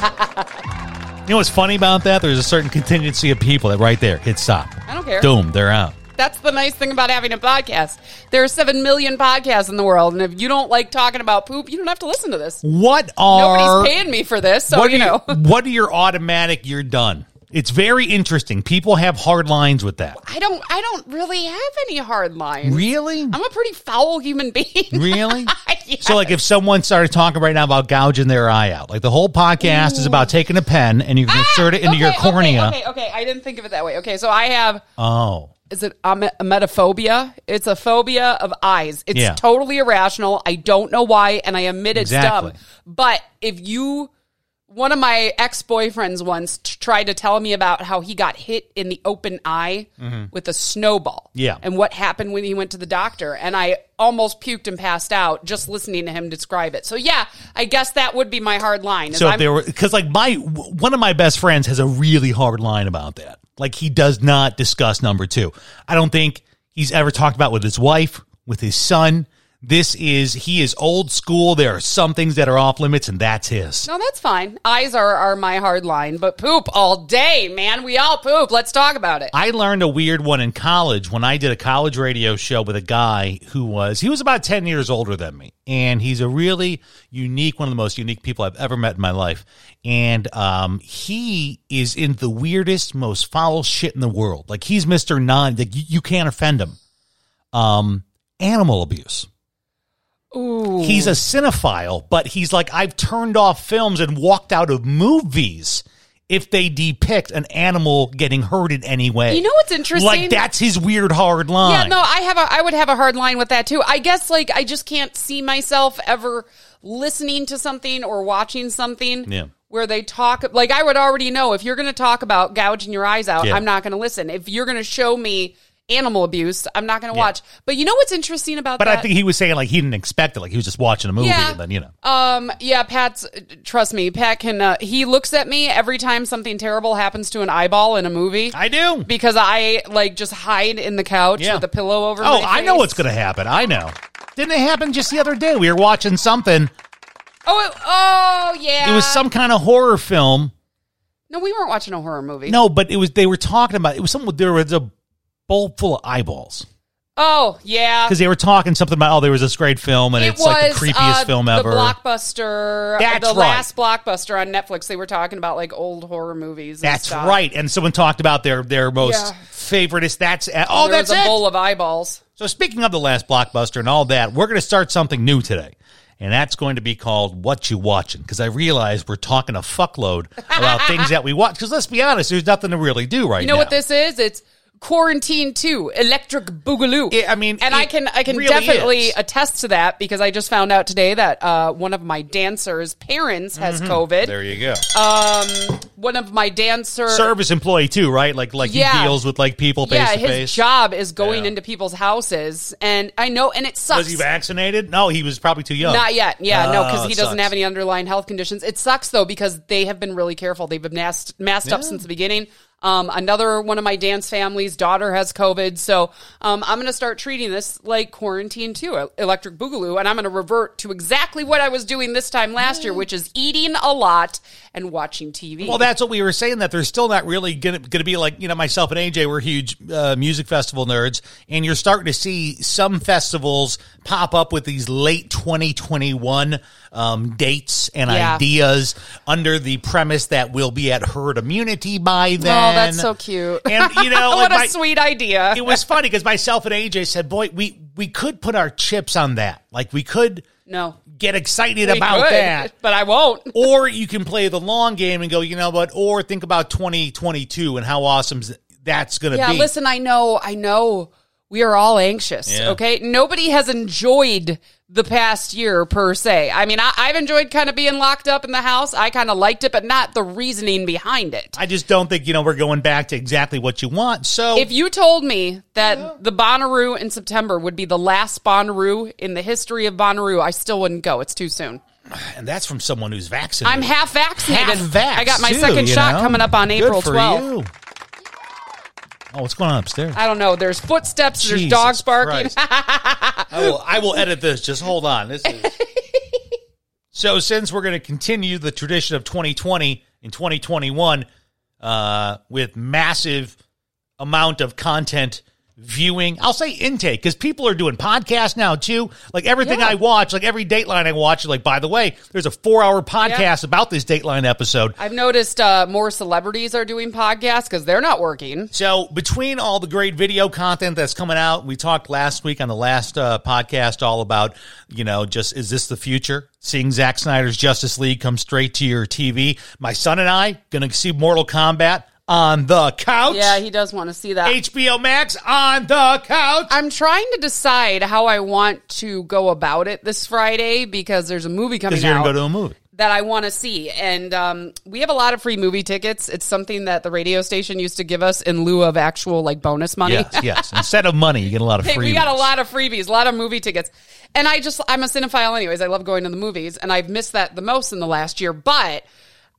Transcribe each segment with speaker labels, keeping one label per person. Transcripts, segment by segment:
Speaker 1: you know what's funny about that? There's a certain contingency of people that right there hit stop.
Speaker 2: I don't care."
Speaker 1: Boom, they're out.
Speaker 2: That's the nice thing about having a podcast. There are seven million podcasts in the world, and if you don't like talking about poop, you don't have to listen to this.
Speaker 1: What are
Speaker 2: Nobody's paying me for this, so
Speaker 1: what
Speaker 2: you
Speaker 1: do
Speaker 2: know.
Speaker 1: what are your automatic you're done? It's very interesting. People have hard lines with that.
Speaker 2: I don't. I don't really have any hard lines.
Speaker 1: Really?
Speaker 2: I'm a pretty foul human being.
Speaker 1: Really?
Speaker 2: Yes.
Speaker 1: So like if someone started talking right now about gouging their eye out, like the whole podcast is about taking a pen and you can insert it into
Speaker 2: Ah, Okay,
Speaker 1: your
Speaker 2: okay,
Speaker 1: cornea.
Speaker 2: Okay, okay, I didn't think of it that way. Okay, so I have.
Speaker 1: Oh.
Speaker 2: Is it a emetophobia? It's a phobia of eyes. It's
Speaker 1: Yeah.
Speaker 2: totally irrational. I don't know why, and I admit it's
Speaker 1: Exactly.
Speaker 2: dumb. But if you, one of my ex boyfriends once t- tried to tell me about how he got hit in the open eye with a snowball.
Speaker 1: Mm-hmm. Yeah.
Speaker 2: And what happened when he went to the doctor. And I almost puked and passed out just listening to him describe it. So, yeah, I guess that would be my hard line. is
Speaker 1: So if
Speaker 2: I'm-
Speaker 1: there were cuz like my w- one of my best friends has a really hard line about that. Like he does not discuss number 2. I don't think he's ever talked about with his wife, with his son. This is he is old school. There are some things that are off limits and that's his.
Speaker 2: No, that's fine. Eyes are, are my hard line, but poop all day, man. We all poop. Let's talk about it.
Speaker 1: I learned a weird one in college when I did a college radio show with a guy who was he was about 10 years older than me and he's a really unique one of the most unique people I've ever met in my life and um he is in the weirdest most foul shit in the world like he's Mr. Non like you, you can't offend him um animal abuse
Speaker 2: Ooh.
Speaker 1: he's a cinephile, but he's like, I've turned off films and walked out of movies if they depict an animal getting hurt in any way.
Speaker 2: You know what's interesting?
Speaker 1: Like that's his weird hard
Speaker 2: yeah,
Speaker 1: line.
Speaker 2: no, I have a I would have a hard line with that too. I guess like I just can't see myself ever listening to something or watching something
Speaker 1: Yeah.
Speaker 2: where they talk like I would already know if you're going to talk about gouging your eyes out,
Speaker 1: Yeah.
Speaker 2: I'm not going to listen. If you're going to show me animal abuse, I'm not going to
Speaker 1: Yeah.
Speaker 2: watch. But you know what's interesting about
Speaker 1: but
Speaker 2: that?
Speaker 1: I think he was saying like he didn't expect it. Like he was just watching a movie
Speaker 2: Yeah.
Speaker 1: and then you know.
Speaker 2: Um. Yeah. Pat's. Trust me. Pat can. Uh, he looks at me every time something terrible happens to an eyeball in a movie.
Speaker 1: I do.
Speaker 2: because I like just hide in the couch with a pillow over.
Speaker 1: Oh,
Speaker 2: my
Speaker 1: I know
Speaker 2: face.
Speaker 1: what's gonna happen. I know. Didn't it happen just the other day? We were watching something.
Speaker 2: Oh. it- Oh. Yeah.
Speaker 1: It was some kind of horror film.
Speaker 2: No, we weren't watching a horror movie.
Speaker 1: No, but it was they were talking about it was something there was a bowl full of eyeballs.
Speaker 2: Oh. Yeah.
Speaker 1: because they were talking something about oh there was this great film and it's like the creepiest
Speaker 2: uh,
Speaker 1: film
Speaker 2: the
Speaker 1: ever.
Speaker 2: blockbuster. uh,
Speaker 1: That's
Speaker 2: the
Speaker 1: right.
Speaker 2: last blockbuster on Netflix. They were talking about like old horror movies. and
Speaker 1: that's
Speaker 2: stuff.
Speaker 1: right, and someone talked about their their most
Speaker 2: Yeah.
Speaker 1: favoriteest. That's oh
Speaker 2: There
Speaker 1: that's
Speaker 2: was a
Speaker 1: it.
Speaker 2: bowl of eyeballs.
Speaker 1: so speaking of the last blockbuster and all that, we're going to start something new today. And that's going to be called What You Watching, because I realize we're talking a fuckload about things that we watch. Because let's be honest, there's nothing to really do right now.
Speaker 2: You know what this is? It's quarantine two, electric boogaloo.
Speaker 1: It- I mean,
Speaker 2: and
Speaker 1: it
Speaker 2: I can I can
Speaker 1: really
Speaker 2: definitely
Speaker 1: is.
Speaker 2: attest to that because I just found out today that uh, one of my dancers' parents has COVID.
Speaker 1: Mm-hmm. There you go.
Speaker 2: One of my dancer
Speaker 1: Service employee too, right? Like like
Speaker 2: Yeah.
Speaker 1: he deals with like people face
Speaker 2: yeah,
Speaker 1: to
Speaker 2: his
Speaker 1: face.
Speaker 2: job is going
Speaker 1: Yeah.
Speaker 2: into people's houses, and I know, and it sucks.
Speaker 1: Was he vaccinated? No, he was probably too young.
Speaker 2: Not yet. Yeah, no,
Speaker 1: Oh,
Speaker 2: because he
Speaker 1: it
Speaker 2: doesn't
Speaker 1: sucks.
Speaker 2: have any underlying health conditions. It sucks though because they have been really careful. They've been masked, masked up
Speaker 1: Yeah.
Speaker 2: since the beginning. Um, another one of my dance family's daughter has COVID, so um, I'm going to start treating this like quarantine too, e-, electric boogaloo, and I'm going to revert to exactly what I was doing this time last year, which is eating a lot and watching TV.
Speaker 1: Well, that's what we were saying. That there's still not really going to be like you know myself and AJ. We're huge uh, music festival nerds, and you're starting to see some festivals pop up with these late 2021 um, dates and
Speaker 2: Yeah.
Speaker 1: ideas under the premise that we'll be at herd immunity by then.
Speaker 2: oh, that's so cute.
Speaker 1: And you know,
Speaker 2: what
Speaker 1: like
Speaker 2: a
Speaker 1: my-
Speaker 2: sweet idea.
Speaker 1: it was funny because myself and AJ said, "Boy, we we could put our chips on that. Like we could
Speaker 2: no,
Speaker 1: get excited
Speaker 2: we
Speaker 1: about
Speaker 2: could,
Speaker 1: that."
Speaker 2: but I won't.
Speaker 1: or you can play the long game and go, you know what? Or think about 2022 and how awesome is- that's going to
Speaker 2: Yeah,
Speaker 1: be.
Speaker 2: listen, I know, I know we are all anxious,
Speaker 1: Yeah.
Speaker 2: okay? Nobody has enjoyed the past year per se. I mean, I, I've enjoyed kind of being locked up in the house. I kind of liked it, but not the reasoning behind it.
Speaker 1: I just don't think you know we're going back to exactly what you want. So
Speaker 2: If you told me that the Bonnaroo in September would be the last Bonnaroo in the history of Bonnaroo, I still wouldn't go. It's too soon.
Speaker 1: and that's from someone who's vaccinated.
Speaker 2: I'm half vaccinated.
Speaker 1: Half vax,
Speaker 2: I got my
Speaker 1: too,
Speaker 2: second
Speaker 1: you
Speaker 2: shot
Speaker 1: know?
Speaker 2: coming up on
Speaker 1: Good
Speaker 2: April
Speaker 1: for
Speaker 2: 12th.
Speaker 1: you. Oh, what's going on upstairs?
Speaker 2: I don't know. There's footsteps, there's
Speaker 1: Jesus
Speaker 2: dogs barking.
Speaker 1: Christ. I will. I will edit this. Just hold on. This is. so since we're going to continue the tradition of 2020 and 2021 uh, with massive amount of content viewing, I'll say intake because people are doing podcasts now too. Like everything
Speaker 2: Yeah.
Speaker 1: I watch, like every Dateline I watch, like by the way, there's a four hour podcast about this Dateline episode.
Speaker 2: I've noticed uh, more celebrities are doing podcasts because they're not working.
Speaker 1: So between all the great video content that's coming out, we talked last week on the last uh, podcast all about, you know, just is this the future? Seeing Zack Snyder's Justice League come straight to your TV. My son and I going to see Mortal Kombat on the couch.
Speaker 2: Yeah, he does want to see that.
Speaker 1: HBO Max on the couch.
Speaker 2: I'm trying to decide how I want to go about it this Friday because there's a movie coming
Speaker 1: Because you're
Speaker 2: out
Speaker 1: going to go to a movie.
Speaker 2: that I want to see, and um, we have a lot of free movie tickets. It's something that the radio station used to give us in lieu of actual like bonus money.
Speaker 1: Yes, yes. Instead of money, you get a lot of
Speaker 2: Hey,
Speaker 1: free.
Speaker 2: we got a lot of freebies, a lot of movie tickets. And I just, I'm a cinephile anyways. I love going to the movies and I've missed that the most in the last year, but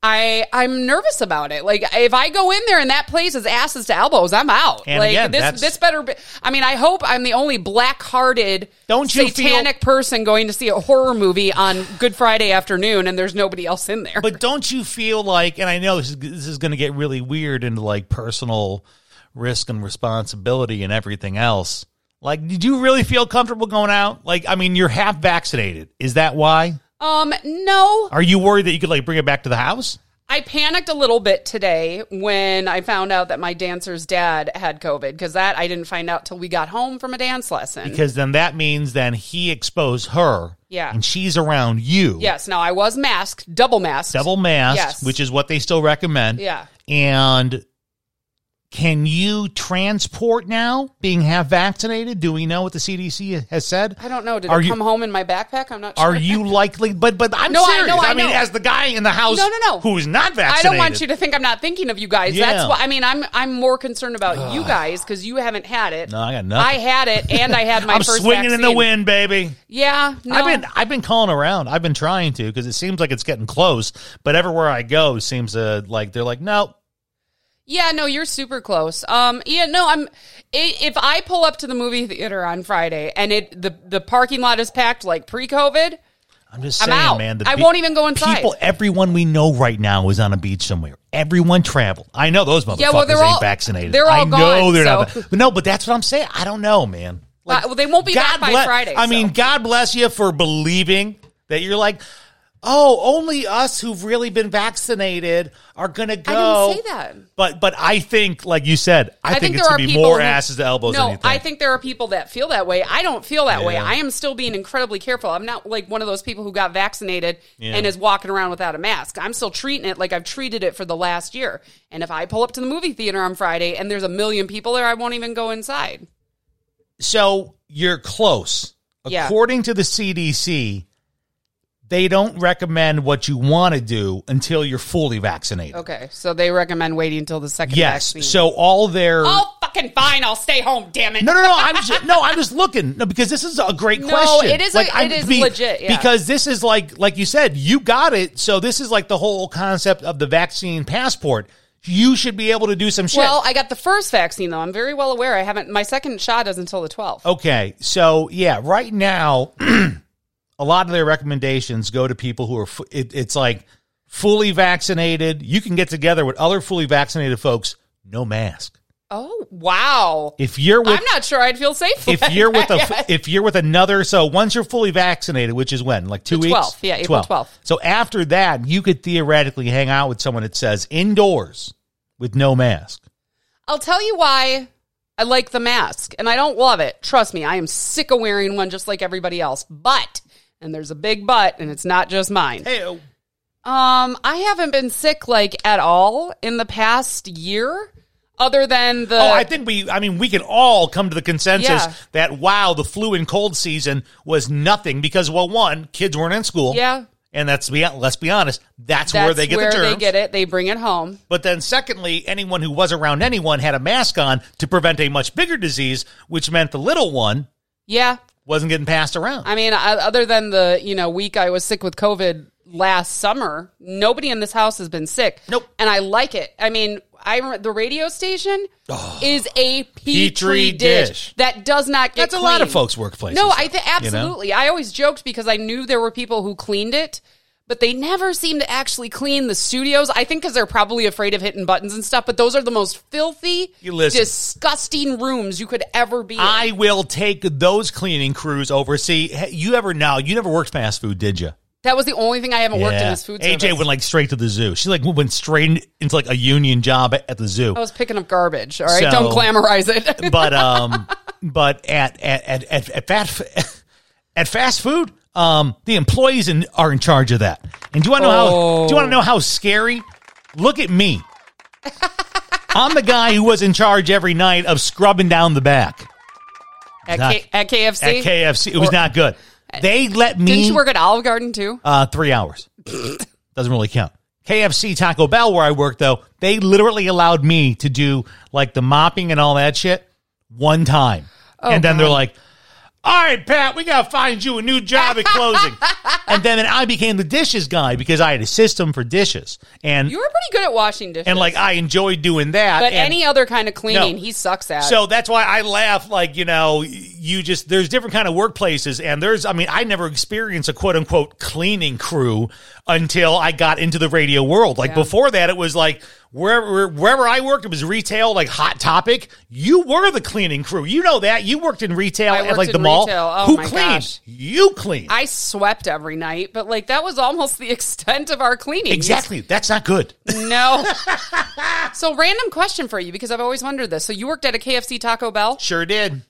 Speaker 2: I, I'm nervous about it. Like if I go in there and that place is asses to elbows, I'm out.
Speaker 1: And
Speaker 2: like
Speaker 1: again,
Speaker 2: this,
Speaker 1: that's-
Speaker 2: this better be, I mean, I hope I'm the only black hearted,
Speaker 1: Don't you feel-
Speaker 2: satanic person going to see a horror movie on Good Friday afternoon and there's nobody else in there.
Speaker 1: But don't you feel like, and I know this is, this is going to get really weird into like personal risk and responsibility and everything else. Like, did you really feel comfortable going out? Like, I mean, you're half vaccinated. Is that why?
Speaker 2: um, no,
Speaker 1: Are you worried that you could like bring it back to the house?
Speaker 2: I panicked a little bit today when I found out that my dancer's dad had COVID because that I didn't find out till we got home from a dance lesson.
Speaker 1: Because then that means then he exposed her.
Speaker 2: Yeah.
Speaker 1: And she's around you.
Speaker 2: yes, now I was masked, double masked.
Speaker 1: Double masked,
Speaker 2: Yes.
Speaker 1: which is what they still recommend.
Speaker 2: Yeah.
Speaker 1: And can you transport now being half vaccinated? Do we know what the CDC has said?
Speaker 2: I don't know. Did
Speaker 1: Are
Speaker 2: it
Speaker 1: you-
Speaker 2: come home in my backpack? I'm not sure.
Speaker 1: Are you likely? But but I'm
Speaker 2: No, I
Speaker 1: serious. I,
Speaker 2: know, I
Speaker 1: mean,
Speaker 2: know.
Speaker 1: as the guy in the house,
Speaker 2: No, no, no.
Speaker 1: who's not
Speaker 2: I
Speaker 1: vaccinated.
Speaker 2: don't want you to think I'm not thinking of you guys.
Speaker 1: Yeah.
Speaker 2: That's what I mean. I'm I'm more concerned about you guys because you haven't had it.
Speaker 1: No, I got
Speaker 2: I
Speaker 1: nothing.
Speaker 2: had it, and I had my
Speaker 1: I'm
Speaker 2: first.
Speaker 1: swinging in the
Speaker 2: vaccine.
Speaker 1: wind, baby.
Speaker 2: Yeah, no.
Speaker 1: I've been I've been calling around. I've been trying to because it seems like it's getting close. But everywhere I go, it seems uh, like they're like, no,
Speaker 2: Yeah, no, you're super close. Um, yeah, no, I'm. i if I pull up to the movie theater on Friday and it the the parking lot is packed like pre-COVID,
Speaker 1: I'm just
Speaker 2: I'm
Speaker 1: saying,
Speaker 2: out.
Speaker 1: man.
Speaker 2: I won't even go inside.
Speaker 1: People, everyone we know right now is on a beach somewhere. Everyone traveled. I know those motherfuckers
Speaker 2: Yeah, well, they're
Speaker 1: ain't
Speaker 2: all-
Speaker 1: vaccinated.
Speaker 2: they're all
Speaker 1: I know
Speaker 2: gone,
Speaker 1: they're not.
Speaker 2: so-
Speaker 1: But no, but that's what I'm saying. I don't know, man.
Speaker 2: But- well, they won't be back by
Speaker 1: bless-
Speaker 2: Friday,
Speaker 1: I
Speaker 2: so.
Speaker 1: mean, God bless you for believing that you're like, oh, only us who've really been vaccinated are gonna go.
Speaker 2: say that.
Speaker 1: But but I think, like you said, I, think, it's gonna be more asses to elbows.
Speaker 2: No,
Speaker 1: than you think.
Speaker 2: I think there are people that feel that way. I don't feel that way. I am still being incredibly careful. I'm not like one of those people who got vaccinated and is walking around without a mask. I'm still treating it like I've treated it for the last year. And if I pull up to the movie theater on Friday and there's a million people there, I won't even go inside.
Speaker 1: So you're close.
Speaker 2: Yeah.
Speaker 1: According to the CDC, they don't recommend what you want to do until you're fully vaccinated.
Speaker 2: Okay, so they recommend waiting until the second
Speaker 1: Yes.
Speaker 2: vaccine.
Speaker 1: So all their
Speaker 2: oh, fucking fine. I'll stay home. Damn it.
Speaker 1: no, no, no. I'm just, no, I'm just looking. No, because this is a great
Speaker 2: No,
Speaker 1: question.
Speaker 2: it is a- it is legit, yeah.
Speaker 1: Because this is like, like you said, you got it. So this is like the whole concept of the vaccine passport. You should be able to do some shit.
Speaker 2: Well, I got the first vaccine though. I'm very well aware. I haven't. My second shot is until the 12th.
Speaker 1: Okay. So, yeah, right now, a lot of their recommendations go to people who are, fu- it, it's like fully vaccinated. You can get together with other fully vaccinated folks, no mask.
Speaker 2: Oh wow!
Speaker 1: If you're with,
Speaker 2: I'm not sure I'd feel safe.
Speaker 1: if
Speaker 2: like
Speaker 1: you're with
Speaker 2: that.
Speaker 1: a, if you're with another, so once you're fully vaccinated, which is when, like two
Speaker 2: The
Speaker 1: weeks,
Speaker 2: 12th, yeah, April 12th.
Speaker 1: So after that, you could theoretically hang out with someone that says indoors with no mask.
Speaker 2: I'll tell you why I like the mask and I don't love it. Trust me, I am sick of wearing one just like everybody else. But, and there's a big but, and it's not just mine.
Speaker 1: Hey,
Speaker 2: Um, I haven't been sick like at all in the past year, other than the.
Speaker 1: Oh, I think we. I mean, we can all come to the consensus
Speaker 2: Yeah.
Speaker 1: that wow, the flu and cold season was nothing because well, one, kids weren't in school.
Speaker 2: Yeah.
Speaker 1: and that's be let's be honest, that's,
Speaker 2: that's
Speaker 1: where they get the germs.
Speaker 2: they get it. They bring it home.
Speaker 1: But then, secondly, anyone who was around anyone had a mask on to prevent a much bigger disease, which meant the little one
Speaker 2: Yeah,
Speaker 1: wasn't getting passed around.
Speaker 2: I mean, I, other than the you know week I was sick with COVID last summer, nobody in this house has been sick.
Speaker 1: Nope.
Speaker 2: and I like it. I mean, I rem- the radio station is a petri,
Speaker 1: Oh, Petri
Speaker 2: dish.
Speaker 1: dish.
Speaker 2: that does not get.
Speaker 1: That's a lot of
Speaker 2: cleaned.
Speaker 1: folks' workplaces,
Speaker 2: No, I th-
Speaker 1: you know?
Speaker 2: absolutely. I always joked because I knew there were people who cleaned it. But they never seem to actually clean the studios. I think because they're probably afraid of hitting buttons and stuff. But those are the most filthy,
Speaker 1: You listen.
Speaker 2: disgusting rooms you could ever be. in.
Speaker 1: I will take those cleaning crews over. See, hey, you ever know? You never worked fast food, did you?
Speaker 2: that was the only thing I haven't worked in this food.
Speaker 1: AJ
Speaker 2: service.
Speaker 1: went like straight to the zoo. She like went straight into like a union job at the zoo.
Speaker 2: I was picking up garbage. All right,
Speaker 1: So-
Speaker 2: don't glamorize it.
Speaker 1: but um, but at at at at, at fat at fast food, um, the employees in, are in charge of that. And do you want to know how? Do you want
Speaker 2: Oh.
Speaker 1: to know how scary? Look at me. I'm the guy who was in charge every night of scrubbing down the back
Speaker 2: at,
Speaker 1: Not-
Speaker 2: K- at KFC,
Speaker 1: at KFC. It was
Speaker 2: Or-
Speaker 1: not good. They let me.
Speaker 2: Didn't you work at Olive Garden too?
Speaker 1: Uh, three hours. Doesn't really count. KFC Taco Bell, where I work, though, they literally allowed me to do like the mopping and all that shit one time.
Speaker 2: Oh,
Speaker 1: and then they're like, all right, Pat, we got to find you a new job at closing. and then I became the dishes guy because I had a system for dishes. And,
Speaker 2: you were pretty good at washing dishes,
Speaker 1: and like, I enjoyed doing that.
Speaker 2: but
Speaker 1: and-
Speaker 2: any other kind of cleaning,
Speaker 1: No.
Speaker 2: he sucks at.
Speaker 1: so that's why I laugh. Like you know, you just there's different kind of workplaces, and there's I mean I never experienced a quote unquote cleaning crew until I got into the radio world. Like before that, it was like wherever wherever I worked, it was retail, like Hot Topic. You were the cleaning crew. You know that you worked in retail
Speaker 2: I
Speaker 1: at like
Speaker 2: worked
Speaker 1: the
Speaker 2: in
Speaker 1: mall.
Speaker 2: retail. Oh
Speaker 1: Who
Speaker 2: my
Speaker 1: cleaned?
Speaker 2: gosh.
Speaker 1: You cleaned.
Speaker 2: I swept every night, but like that was almost the extent of our cleaning.
Speaker 1: exactly. That's not good.
Speaker 2: No. so, random question for you because I've always wondered this. So, you worked at a KFC Taco Bell.
Speaker 1: Sure did.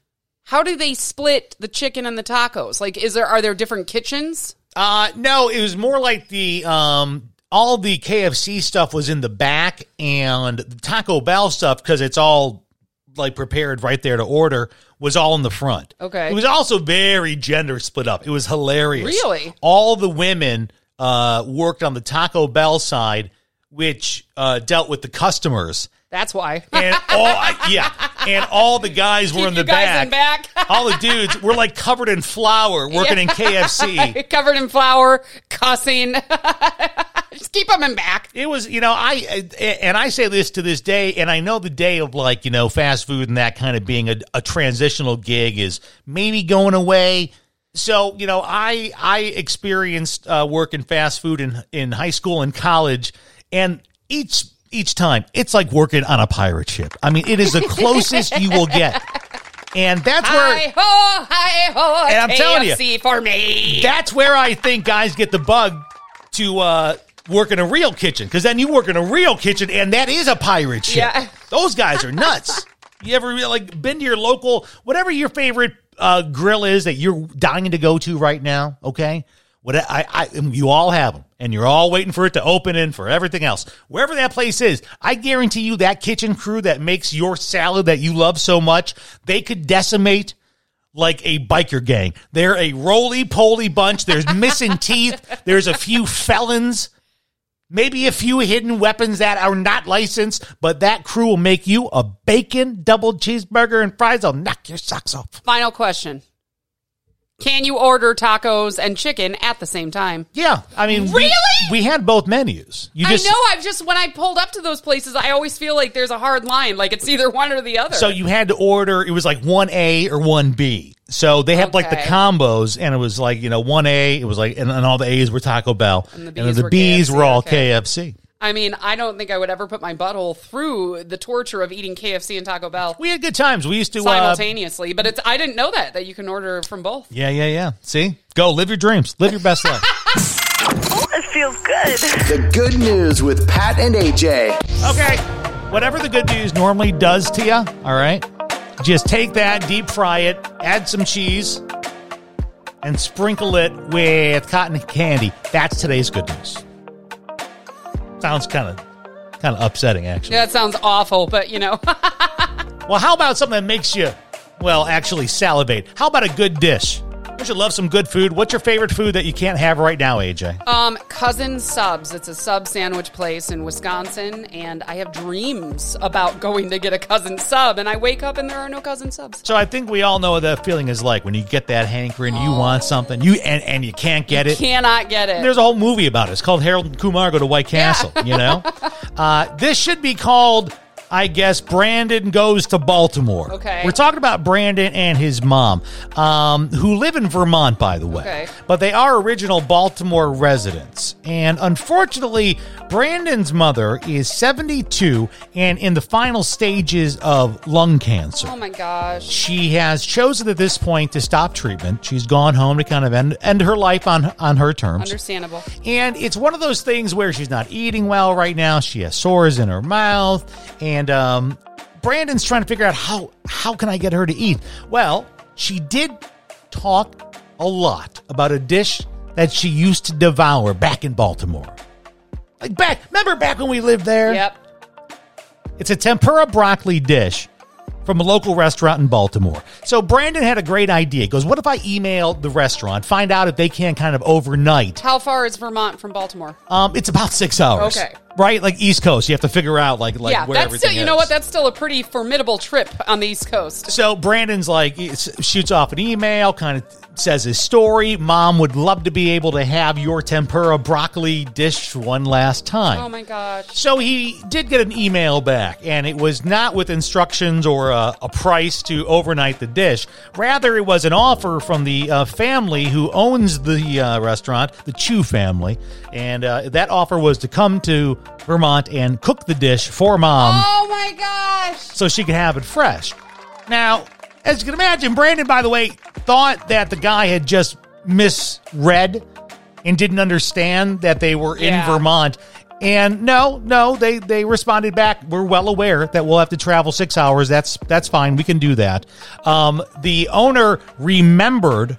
Speaker 2: How do they split the chicken and the tacos? Like, is there are there different kitchens?
Speaker 1: Uh no, it was more like the um all the KFC stuff was in the back and the Taco Bell stuff cuz it's all like prepared right there to order was all in the front.
Speaker 2: Okay.
Speaker 1: It was also very gender split up. It was hilarious.
Speaker 2: Really?
Speaker 1: All the women uh worked on the Taco Bell side which uh dealt with the customers.
Speaker 2: That's why.
Speaker 1: And all yeah, and all the guys were
Speaker 2: Keep
Speaker 1: in
Speaker 2: you
Speaker 1: the
Speaker 2: guys in back.
Speaker 1: all the dudes were like covered in flour working in KFC.
Speaker 2: covered in flour, cussing. Just keep them in back.
Speaker 1: It was, you know, I and I say this to this day, and I know the day of like you know fast food and that kind of being a, a transitional gig is maybe going away. So you know, I I experienced uh, work in fast food in in high school and college, and each each time it's like working on a pirate ship. I mean, it is the closest you will get, and that's where
Speaker 2: Hi ho, hi ho.
Speaker 1: And I'm telling you-
Speaker 2: KFC for me.
Speaker 1: that's where I think guys get the bug to uh, work in a real kitchen because then you work in a real kitchen and that is a pirate ship.
Speaker 2: Yeah.
Speaker 1: Those guys are nuts. you ever like been to your local whatever your favorite uh, grill is that you're dying to go to right now? Okay, what I, I you all have them and you're all waiting for it to open and for everything else. Wherever that place is, I guarantee you that kitchen crew that makes your salad that you love so much, they could decimate like a biker gang. They're a roly poly bunch. There's missing teeth. There's a few felons, maybe a few hidden weapons that are not licensed, but that crew will make you a bacon double cheeseburger and fries. I'll knock your socks off.
Speaker 2: Final question. Can you order tacos and chicken at the same time?
Speaker 1: Yeah, I mean, we-
Speaker 2: Really?
Speaker 1: We, had both menus. You just
Speaker 2: I know. I've just when I pulled up to those places, I always feel like there's a hard line. Like it's either one or the other.
Speaker 1: so you had to order. It was like one A or one B. So they had like the
Speaker 2: Okay.
Speaker 1: combos, and it was like you know one A. It was like and, and all the A's were Taco Bell, and
Speaker 2: the
Speaker 1: then
Speaker 2: Bs were
Speaker 1: Bs were
Speaker 2: KFC,
Speaker 1: all
Speaker 2: okay.
Speaker 1: KFC.
Speaker 2: I mean, I don't think I would ever put my butthole through the torture of eating KFC and Taco Bell
Speaker 1: We had good times. We used to uh,
Speaker 2: simultaneously. But it's I didn't know that that you can order from both.
Speaker 1: yeah, yeah, yeah. See, go live your dreams, live your best life.
Speaker 3: It feels good.
Speaker 4: The good news with Pat and AJ.
Speaker 1: Okay. Whatever the good news normally does to you, all right? Just take that, deep fry it, add some cheese, and sprinkle it with cotton candy. That's today's good news. Sounds kind of kind of upsetting actually.
Speaker 2: Yeah, that sounds awful, but you know,
Speaker 1: Well, how about something that makes you well, actually salivate? How about a good dish? Don't you love some good food? What's your favorite food that you can't have right now, AJ?
Speaker 2: um, Cousin Subs. It's a sub sandwich place in Wisconsin, and I have dreams about going to get a cousin sub, and I wake up and there are no cousin subs.
Speaker 1: so I think we all know what that feeling is like when you get that hankering, you want something, you and, and you can't get it.
Speaker 2: Cannot get it.
Speaker 1: There's a whole movie about it. It's called Harold and Kumar Go to White Castle. You know, uh, this should be called, I guess, Brandon Goes to Baltimore.
Speaker 2: Okay.
Speaker 1: we're talking about Brandon and his mom, um, who live in Vermont, by the way.
Speaker 2: Okay.
Speaker 1: but they are original Baltimore residents, and unfortunately, Brandon's mother is 72 and in the final stages of lung cancer
Speaker 2: oh my gosh.
Speaker 1: she has chosen at this point to stop treatment. She's gone home to kind of end, end her life on on her terms.
Speaker 2: Understandable.
Speaker 1: And it's one of those things where she's not eating well right now. She has sores in her mouth, and um, Brandon's trying to figure out how how can I get her to eat. Well, she did talk a lot about a dish that she used to devour back in Baltimore. Like back, remember back when we lived there?
Speaker 2: Yep.
Speaker 1: It's a tempura broccoli dish from a local restaurant in Baltimore. So Brandon had a great idea. He goes, what if I email the restaurant, find out if they can kind of overnight?
Speaker 2: How far is Vermont from Baltimore?
Speaker 1: Um, it's about six hours.
Speaker 2: Okay.
Speaker 1: Right? Like East Coast. You have to figure out like like
Speaker 2: yeah,
Speaker 1: where
Speaker 2: that's
Speaker 1: everything
Speaker 2: still, you know
Speaker 1: is.
Speaker 2: what? That's still a pretty formidable trip on the East Coast.
Speaker 1: So Brandon's like he s- shoots off an email, kind of says his story. Mom would love to be able to have your tempura broccoli dish one last time.
Speaker 2: Oh my gosh.
Speaker 1: So he did get an email back, and it was not with instructions or a, a price to overnight the dish. Rather, it was an offer from the uh, family who owns the uh, restaurant, the Chu family, and uh, that offer was to come to Vermont and cook the dish for mom
Speaker 2: Oh my gosh.
Speaker 1: so she could have it fresh. Now, as you can imagine, Brandon, by the way, thought that the guy had just misread and didn't understand that they were
Speaker 2: Yeah.
Speaker 1: in Vermont. And no, no, they they responded back. We're well aware that we'll have to travel six hours. That's that's fine. We can do that. Um, the owner remembered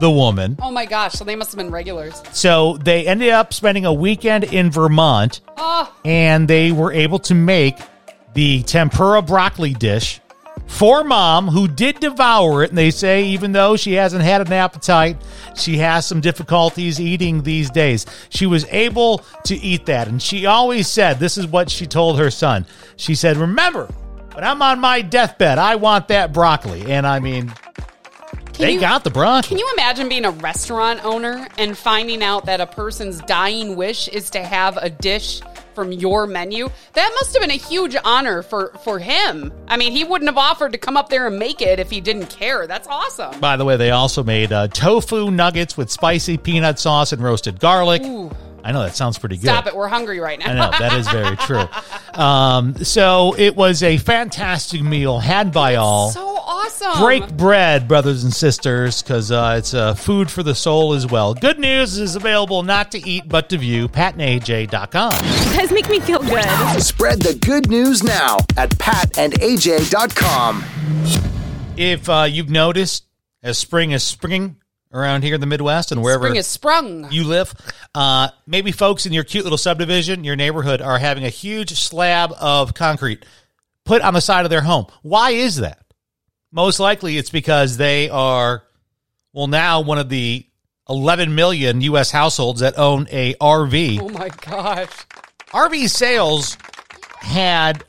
Speaker 1: the woman,
Speaker 2: Oh my gosh. So they must have been regulars.
Speaker 1: so they ended up spending a weekend in Vermont
Speaker 2: Oh,
Speaker 1: and they were able to make the tempura broccoli dish for mom who did devour it and they say even though she hasn't had an appetite she has some difficulties eating these days she was able to eat that and she always said this is what she told her son she said remember when i'm on my deathbed i want that broccoli and i mean they
Speaker 2: you-
Speaker 1: got the broccoli
Speaker 2: Can you imagine being a restaurant owner and finding out that a person's dying wish is to have a dish from your menu? That must have been a huge honor for for him. I mean, he wouldn't have offered to come up there and make it if he didn't care. That's awesome.
Speaker 1: By the way, they also made uh, tofu nuggets with spicy peanut sauce and roasted garlic. I know that sounds pretty good.
Speaker 2: Stop it. We're hungry right
Speaker 1: I
Speaker 2: now.
Speaker 1: know that is very true. Um, so it was a fantastic meal had by all.
Speaker 2: So awesome.
Speaker 1: Break bread, brothers and sisters, because uh, it's uh, food for the soul as well. Good news is available not to eat but to view. PatandAJ.com.
Speaker 3: You guys make me feel good.
Speaker 4: Spread the good news now at patandaj.com.
Speaker 1: If uh, you've noticed, as spring is springing around here in the Midwest and wherever
Speaker 2: Spring is sprung.
Speaker 1: you live. Uh, maybe folks in your cute little subdivision, your neighborhood, are having a huge slab of concrete put on the side of their home. Why is that? Most likely it's because they are, well, now one of the 11 million U.S. households that own a RV.
Speaker 2: oh my gosh.
Speaker 1: RV sales had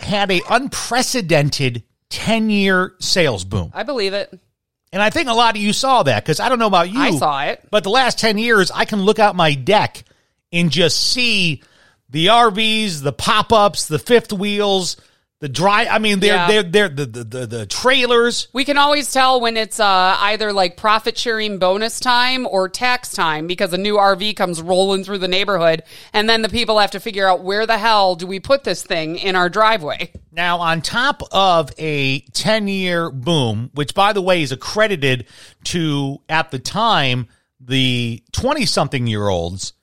Speaker 1: had a unprecedented 10 year sales boom.
Speaker 2: I believe it.
Speaker 1: And I think a lot of you saw that because I don't know about you.
Speaker 2: I saw it.
Speaker 1: But the last 10 years, I can look out my deck and just see the RVs, the pop ups, the fifth wheels, the dry. I mean, they're,
Speaker 2: Yeah.
Speaker 1: they're, they're the, the, the, the trailers.
Speaker 2: We can always tell when it's uh, either like profit sharing bonus time or tax time because a new RV comes rolling through the neighborhood, and then the people have to figure out where the hell do we put this thing in our driveway.
Speaker 1: Now, on top of a 10 year boom, which by the way is accredited to at the time the 20 something year olds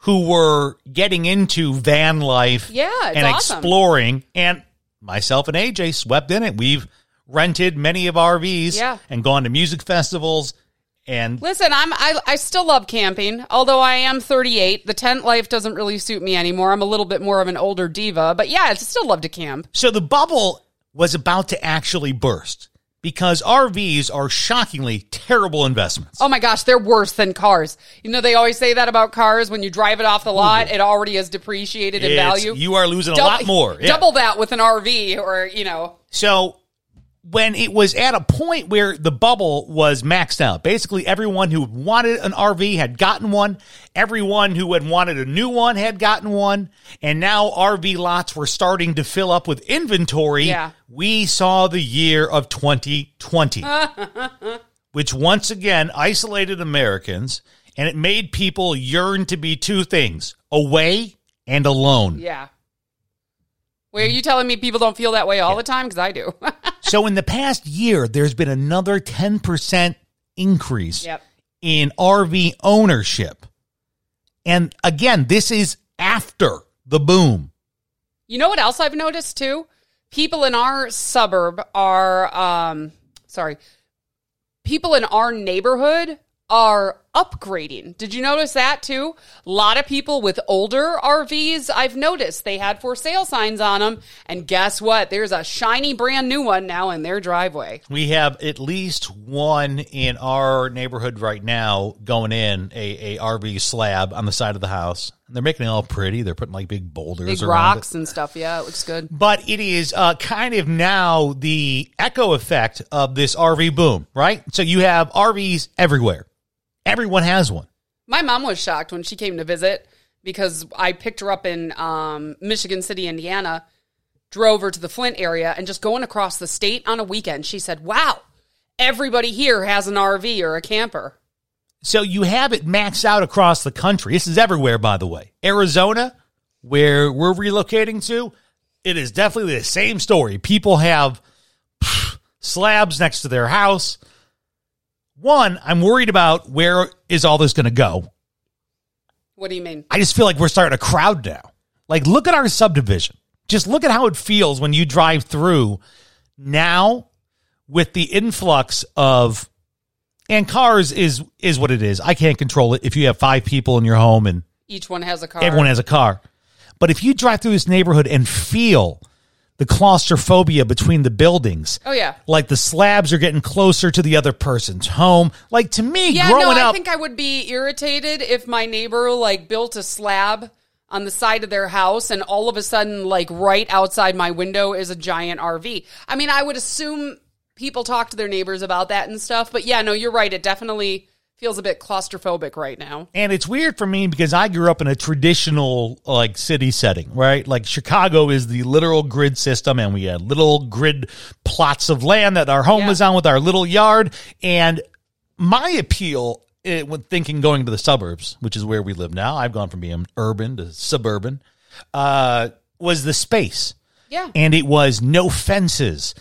Speaker 1: who were getting into van life
Speaker 2: Yeah, it's
Speaker 1: and
Speaker 2: awesome.
Speaker 1: exploring, and myself and AJ swept in it. We've rented many of RVs
Speaker 2: Yeah.
Speaker 1: and gone to music festivals and
Speaker 2: Listen, I'm I, I still love camping, although I am 38. The tent life doesn't really suit me anymore. I'm a little bit more of an older diva, but yeah, I still love to camp.
Speaker 1: So the bubble was about to actually burst because RVs are shockingly terrible investments.
Speaker 2: Oh my gosh, they're worse than cars. You know, they always say that about cars. When you drive it off the lot, it already is depreciated in
Speaker 1: It's-
Speaker 2: value.
Speaker 1: You are losing a
Speaker 2: Dou-
Speaker 1: lot more. Yeah.
Speaker 2: Double that with an RV, or you know,
Speaker 1: So when it was at a point where the bubble was maxed out, basically everyone who wanted an RV had gotten one. Everyone who had wanted a new one had gotten one. And now RV lots were starting to fill up with inventory.
Speaker 2: Yeah.
Speaker 1: We saw the year of 2020, which once again isolated Americans and it made people yearn to be two things away and alone.
Speaker 2: yeah. Wait, are you telling me people don't feel that way all the time? Because I do.
Speaker 1: So in the past year, there's been another 10% increase
Speaker 2: Yep.
Speaker 1: in RV ownership. And again, this is after the boom.
Speaker 2: You know what else I've noticed too? People in our suburb are, um, sorry, people in our neighborhood are upgrading. Did you notice that too? A lot of people with older RVs, I've noticed they had for sale signs on them. And guess what? There's a shiny brand new one now in their driveway.
Speaker 1: We have at least one in our neighborhood right now going in a, a RV slab on the side of the house. And they're making it all pretty. They're putting like big boulders
Speaker 2: Big
Speaker 1: around it.
Speaker 2: rocks and stuff. Yeah, it looks good.
Speaker 1: but it is uh, kind of now the echo effect of this RV boom, right? So you have RVs everywhere. Everyone has one.
Speaker 2: My mom was shocked when she came to visit because I picked her up in um, Michigan City, Indiana, drove her to the Flint area, and just going across the state on a weekend, she said, Wow, everybody here has an RV or a camper.
Speaker 1: So you have it maxed out across the country. This is everywhere, by the way. Arizona, where we're relocating to, it is definitely the same story. People have pff, slabs next to their house. One, I'm worried about where is all this going to go.
Speaker 2: What do you mean?
Speaker 1: I just feel like we're starting to crowd now. Like, look at our subdivision. Just look at how it feels when you drive through now with the influx of and cars is is what it is. I can't control it if you have five people in your home and
Speaker 2: Each one has a car.
Speaker 1: everyone has a car. But if you drive through this neighborhood and feel the claustrophobia between the buildings,
Speaker 2: Oh, yeah.
Speaker 1: like the slabs are getting closer to the other person's home. Like to me,
Speaker 2: Yeah,
Speaker 1: growing
Speaker 2: no, I
Speaker 1: up,
Speaker 2: think I would be irritated if my neighbor like built a slab on the side of their house and all of a sudden like right outside my window is a giant RV. I mean, I would assume people talk to their neighbors about that and stuff, but yeah, no, you're right. It definitely feels a bit claustrophobic right now.
Speaker 1: And it's weird for me because I grew up in a traditional like city setting, right? Like Chicago is the literal grid system and we had little grid plots of land that our home
Speaker 2: Yeah.
Speaker 1: was on with our little yard. And my appeal eh, when thinking going to the suburbs, which is where we live now, I've gone from being urban to suburban, uh, was the space
Speaker 2: Yeah.
Speaker 1: and it was no fences.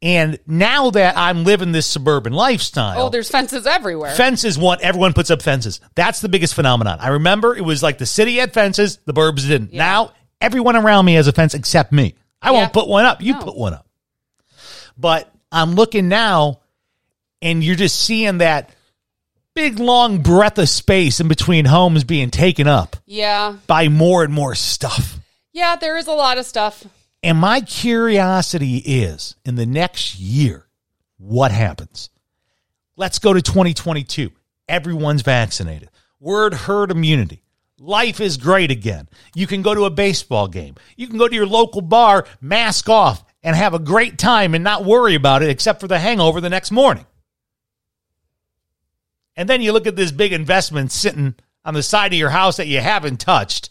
Speaker 1: And now that I'm living this suburban lifestyle,
Speaker 2: Oh, there's fences everywhere.
Speaker 1: Fences want everyone puts up fences. That's the biggest phenomenon. I remember it was like the city had fences, the burbs didn't. Now everyone around me has a fence except me. I
Speaker 2: Yeah.
Speaker 1: won't put one up. You
Speaker 2: No.
Speaker 1: put one up. But I'm looking now and you're just seeing that big long breadth of space in between homes being taken up
Speaker 2: yeah.
Speaker 1: by more and more stuff.
Speaker 2: Yeah, there is a lot of stuff.
Speaker 1: And my curiosity is in the next year, what happens? Let's go to 2022. Everyone's vaccinated. Word herd immunity. Life is great again. You can go to a baseball game. You can go to your local bar, mask off, and have a great time and not worry about it except for the hangover the next morning. And then you look at this big investment sitting on the side of your house that you haven't touched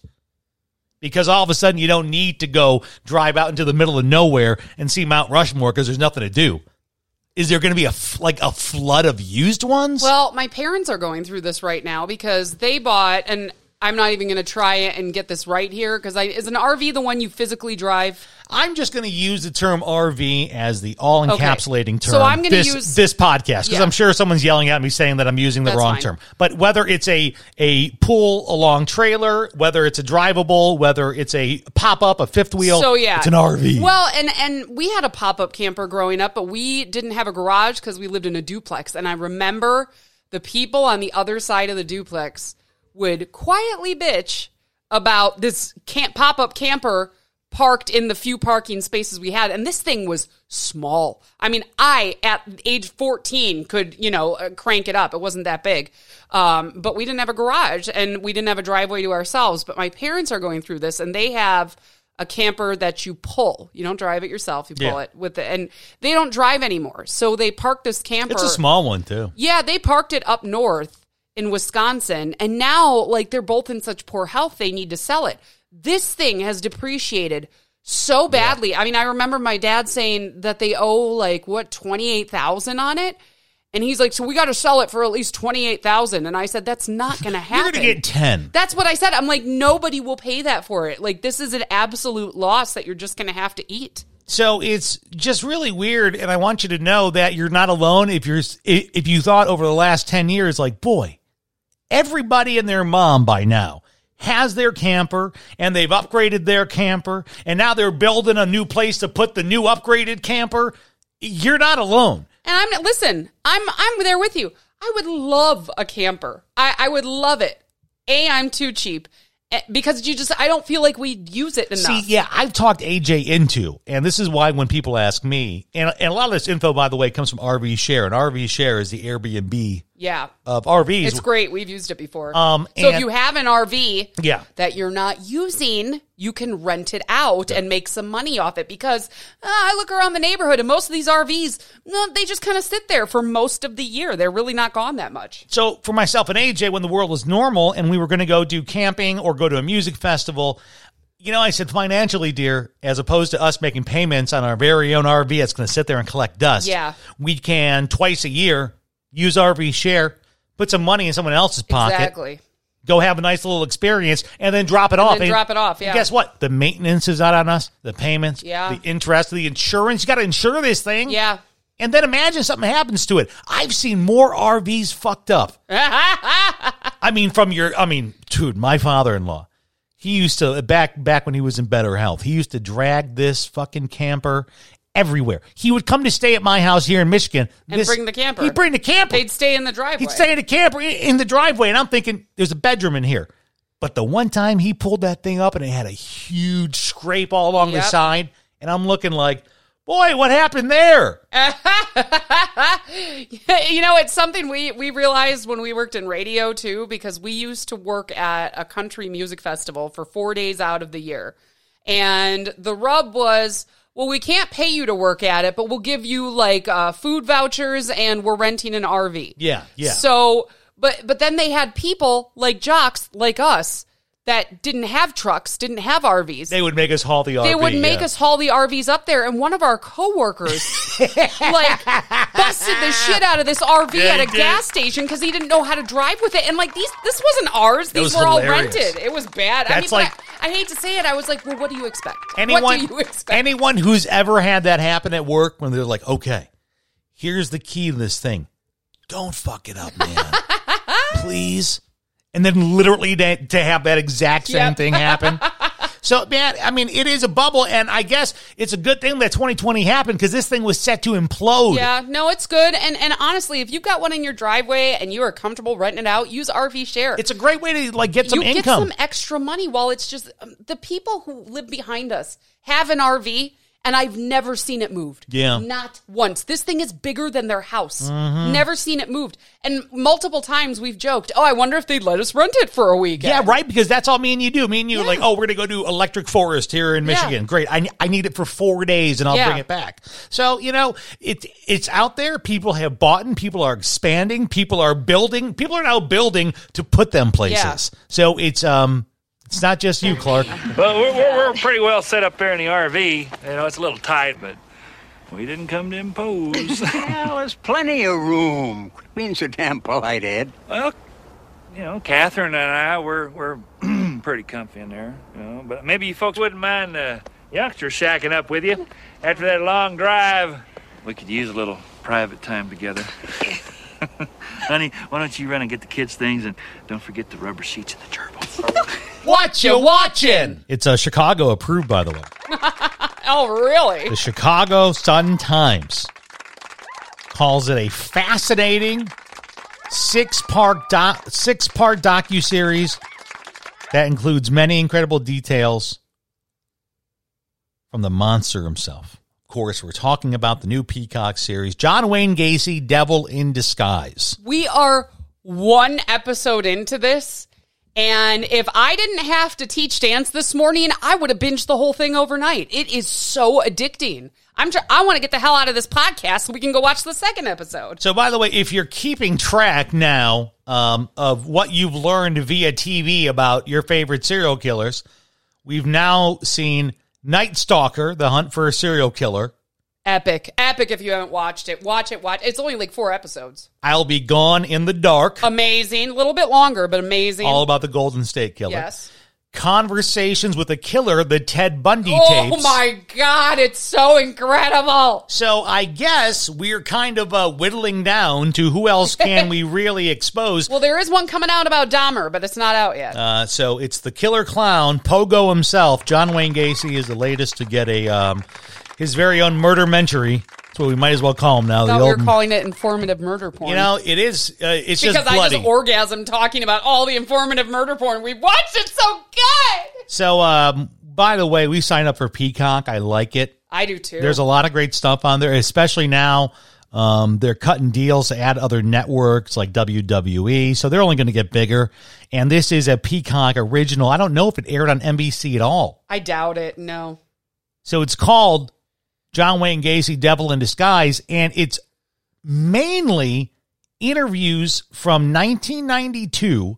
Speaker 1: because all of a sudden you don't need to go drive out into the middle of nowhere and see Mount Rushmore because there's nothing to do. Is there going to be a f- like a flood of used ones?
Speaker 2: Well, my parents are going through this right now because they bought, and I'm not even going to try it and get this right here because is an RV the one you physically drive?
Speaker 1: I'm just going to use the term RV as the all encapsulating
Speaker 2: Okay.
Speaker 1: term.
Speaker 2: So I'm gonna
Speaker 1: this,
Speaker 2: use-
Speaker 1: this podcast because
Speaker 2: Yeah.
Speaker 1: I'm sure someone's yelling at me saying that I'm using the
Speaker 2: That's
Speaker 1: wrong
Speaker 2: fine.
Speaker 1: term. But whether it's a a pull along trailer, whether it's a drivable, whether it's a pop up, a fifth wheel,
Speaker 2: So yeah,
Speaker 1: it's an RV.
Speaker 2: Well, and and we had a pop up camper growing up, but we didn't have a garage because we lived in a duplex. And I remember the people on the other side of the duplex would quietly bitch about this camp pop up camper parked in the few parking spaces we had and this thing was small i mean i at age 14 could you know uh, crank it up it wasn't that big um, but we didn't have a garage and we didn't have a driveway to ourselves but my parents are going through this and they have a camper that you pull you don't drive it yourself you pull
Speaker 1: Yeah.
Speaker 2: it with the and they don't drive anymore so they park this camper
Speaker 1: it's a small one too.
Speaker 2: yeah, they parked it up north in Wisconsin, and now like they're both in such poor health, they need to sell it. This thing has depreciated so badly. I mean, I remember my dad saying that they owe like what twenty eight thousand on it, and he's like, "So we got to sell it for at least twenty eight thousand. And I said, "That's not going to
Speaker 1: You're
Speaker 2: happen."
Speaker 1: going to get ten.
Speaker 2: That's what I said. I'm like, nobody will pay that for it. Like, this is an absolute loss that you're just going to have to eat.
Speaker 1: So it's just really weird, and I want you to know that you're not alone. If you're if you thought over the last ten years, like boy, everybody and their mom by now has their camper, and they've upgraded their camper, and now they're building a new place to put the new upgraded camper. You're not alone.
Speaker 2: And I'm not listen, I'm I'm there with you. I would love a camper. I, I would love it. A, I'm too cheap. Eh, Because you just I don't feel like we use it enough.
Speaker 1: See, yeah, I've talked AJ into, and this is why when people ask me, and, and a lot of this info, by the way, comes from RV Share, and RV Share is the Airbnb
Speaker 2: yeah.
Speaker 1: of RVs.
Speaker 2: It's great. We've used it before.
Speaker 1: Um,
Speaker 2: so
Speaker 1: and-
Speaker 2: if you have an RV
Speaker 1: Yeah.
Speaker 2: that you're not using, you can rent it out and make some money off it. Because uh, I look around the neighborhood and most of these RVs, no, they just kind of sit there for most of the year. They're really not gone that much.
Speaker 1: So for myself and AJ, when the world was normal and we were going to go do camping or go to a music festival, you know, I said financially, dear, as opposed to us making payments on our very own RV that's going to sit there and collect dust.
Speaker 2: Yeah.
Speaker 1: we can twice a year use RV share, put some money in someone else's pocket,
Speaker 2: Exactly.
Speaker 1: go have a nice little experience, and then drop it off.
Speaker 2: then drop it off, yeah.
Speaker 1: Guess what? The maintenance is not on us. The payments.
Speaker 2: Yeah.
Speaker 1: The interest. The insurance. You got to insure this thing.
Speaker 2: Yeah.
Speaker 1: And then imagine something happens to it. I've seen more RVs fucked up. I mean, from your, I mean, dude, my father-in-law, he used to back back when he was in better health. He used to drag this fucking camper everywhere. He would come to stay at my house here in Michigan
Speaker 2: And bring the camper.
Speaker 1: He'd bring the camper.
Speaker 2: They'd stay in the driveway.
Speaker 1: He'd stay in the camper i- in the driveway, and I'm thinking there's a bedroom in here. But the one time he pulled that thing up and it had a huge scrape all along the
Speaker 2: Yep.
Speaker 1: side, and I'm looking like, boy, what happened there?
Speaker 2: you know, it's something we, we realized when we worked in radio too, because we used to work at a country music festival for four days out of the year. And the rub was, well, we can't pay you to work at it, but we'll give you like uh, food vouchers and we're renting an RV.
Speaker 1: Yeah, yeah.
Speaker 2: So, but but then they had people like jocks like us that didn't have trucks, didn't have RVs.
Speaker 1: They would make us haul the RV.
Speaker 2: They would make
Speaker 1: yeah.
Speaker 2: us haul the RVs up there, and one of our coworkers like busted the shit out of this RV
Speaker 1: Yeah,
Speaker 2: at
Speaker 1: he
Speaker 2: a
Speaker 1: did.
Speaker 2: gas station because he didn't know how to drive with it. And like these, this wasn't ours; these
Speaker 1: was
Speaker 2: were all
Speaker 1: hilarious.
Speaker 2: rented. It was bad. I mean,
Speaker 1: That's
Speaker 2: but
Speaker 1: like-
Speaker 2: I, I hate to say it. I was like, well, what do you expect? what do you
Speaker 1: anyone
Speaker 2: expect?
Speaker 1: anyone who's ever had that happen at work when they're like, okay, here's the key to this thing. Don't fuck it up, man. Please. And then literally to, to have that exact same
Speaker 2: Yep.
Speaker 1: thing happen. So, man, I mean, it is a bubble, and I guess it's a good thing that 2020 happened because this thing was set to implode.
Speaker 2: yeah, no, it's good. And and honestly, if you've got one in your driveway and you are comfortable renting it out, use RV share.
Speaker 1: It's a great way to like get some
Speaker 2: you get
Speaker 1: income.
Speaker 2: some extra money while it's just um, the people who live behind us have an RV and I've never seen it moved.
Speaker 1: Yeah. Mm-hmm.
Speaker 2: Not once. This thing is bigger than their house. Never seen it moved. And multiple times we've joked, oh, I wonder if they'd let us rent it for a week.
Speaker 1: Yeah, right. Because that's all me and you do. Me and you are
Speaker 2: Yeah.
Speaker 1: like, oh, we're gonna go do Electric Forest here in
Speaker 2: Yeah.
Speaker 1: Michigan. Great. I, I need it for four days, and I'll
Speaker 2: Yeah.
Speaker 1: bring it back. So you know, it's it's out there. People have bought, and people are expanding. People are building. People are now building to put them places. So it's um, it's not just you, Clark.
Speaker 5: Well, we're, we're, we're pretty well set up there in the RV. You know, it's a little tight, but we didn't come to impose.
Speaker 6: Well, there's plenty of room. Quit being so damn polite, Ed.
Speaker 5: well, you know, Catherine and I, we're, we're pretty comfy in there. You know, but maybe you folks wouldn't mind the youngsters shacking up with you after that long drive. We could use a little private time together. Honey, why don't you run and get the kids things and don't forget the rubber sheets and the gerbil.
Speaker 1: What you watching? It's a Chicago approved, by the way.
Speaker 2: Oh, really?
Speaker 1: The Chicago Sun Times calls it a fascinating six part doc, six part docu series that includes many incredible details from the monster himself. Of course, we're talking about the new Peacock series, John Wayne Gacy, Devil in Disguise.
Speaker 2: We are one episode into this. And if I didn't have to teach dance this morning, I would have binged the whole thing overnight. It is so addicting. I'm tr- I want to get the hell out of this podcast so we can go watch the second episode.
Speaker 1: So, by the way, if you're keeping track now um, of what you've learned via TV about your favorite serial killers, we've now seen Night Stalker, The Hunt for a Serial Killer.
Speaker 2: Epic. Epic if you haven't watched it. Watch it, watch. It's only like 4 episodes.
Speaker 1: I'll Be Gone in the Dark,
Speaker 2: Amazing. A little bit longer, but amazing.
Speaker 1: all about the Golden State Killer.
Speaker 2: yes.
Speaker 1: Conversations with a Killer, the Ted Bundy
Speaker 2: Oh
Speaker 1: tapes.
Speaker 2: my god, it's so incredible.
Speaker 1: So I guess we're kind of uh, whittling down to who else can we really expose.
Speaker 2: Well, there is one coming out about Dahmer, but it's not out yet.
Speaker 1: Uh, so it's the killer clown, Pogo himself. John Wayne Gacy is the latest to get a um, his very own murder mentary. That's what we might as well call him now.
Speaker 2: I
Speaker 1: The
Speaker 2: thought we were
Speaker 1: old,
Speaker 2: calling it informative murder porn.
Speaker 1: you know, it is. Uh, it's
Speaker 2: because
Speaker 1: just
Speaker 2: I
Speaker 1: bloody.
Speaker 2: just orgasm talking about all the informative murder porn we watched. It's so good.
Speaker 1: so, um, by the way, we signed up for Peacock. I like it.
Speaker 2: I do too.
Speaker 1: There's a lot of great stuff on there, especially now. Um, they're cutting deals to add other networks like WWE, so they're only going to get bigger. And this is a Peacock original. I don't know if it aired on NBC at all.
Speaker 2: I doubt it. No.
Speaker 1: So it's called John Wayne Gacy, Devil in Disguise, and it's mainly interviews from 1992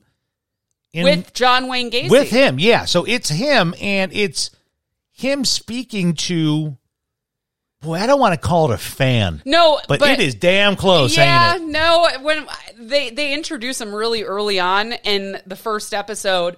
Speaker 1: in,
Speaker 2: With John Wayne Gacy.
Speaker 1: with him. Yeah, so it's him, and it's him speaking to. Boy, I don't want to call it a fan,
Speaker 2: No,
Speaker 1: but, it is damn close,
Speaker 2: yeah,
Speaker 1: ain't it?
Speaker 2: no. When they they introduce him really early on in the first episode,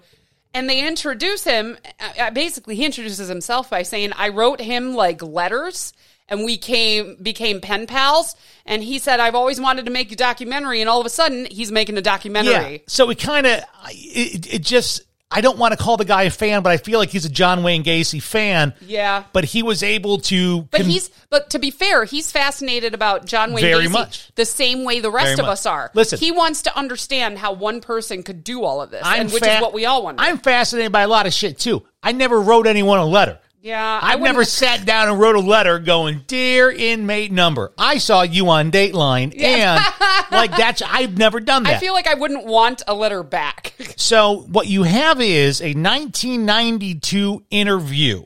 Speaker 2: and they introduce him uh, uh, basically he introduces himself by saying, "I wrote him like letters." And we came became pen pals, and he said, "I've always wanted to make a documentary." And all of a sudden, he's making a documentary.
Speaker 1: Yeah. So it kind of it, it just I don't want to call the guy a fan, but I feel like he's a John Wayne Gacy fan.
Speaker 2: Yeah.
Speaker 1: But he was able to.
Speaker 2: But
Speaker 1: con-
Speaker 2: he's but to be fair, he's fascinated about John Wayne
Speaker 1: Very
Speaker 2: Gacy
Speaker 1: much.
Speaker 2: the same way the rest
Speaker 1: Very
Speaker 2: of
Speaker 1: much.
Speaker 2: us are.
Speaker 1: Listen.
Speaker 2: he wants to understand how one person could do all of this, and which
Speaker 1: fa-
Speaker 2: is what we all want.
Speaker 1: I'm fascinated by a lot of shit too. I never wrote anyone a letter.
Speaker 2: yeah, I
Speaker 1: I've
Speaker 2: wouldn't-
Speaker 1: never sat down and wrote a letter going, "Dear inmate number, I saw you on Dateline," and like that's I've never done that.
Speaker 2: I feel like I wouldn't want a letter back.
Speaker 1: so what you have is a 1992 interview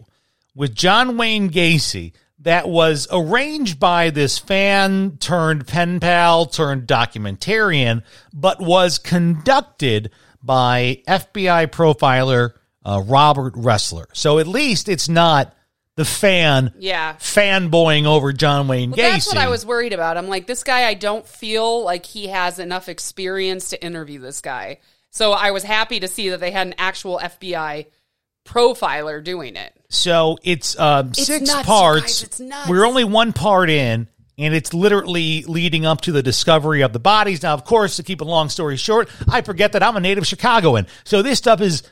Speaker 1: with John Wayne Gacy that was arranged by this fan turned pen pal turned documentarian, but was conducted by FBI profiler uh, Robert Ressler. So at least it's not the fan
Speaker 2: Yeah.
Speaker 1: fanboying over John Wayne
Speaker 2: Well,
Speaker 1: Gacy.
Speaker 2: that's what I was worried about. I'm like, this guy, I don't feel like he has enough experience to interview this guy. So I was happy to see that they had an actual FBI profiler doing it.
Speaker 1: So it's um, six
Speaker 2: nuts, you
Speaker 1: parts.
Speaker 2: guys, it's nuts.
Speaker 1: We're only one part in, and it's literally leading up to the discovery of the bodies. Now, of course, to keep a long story short, I forget that I'm a native Chicagoan. So this stuff is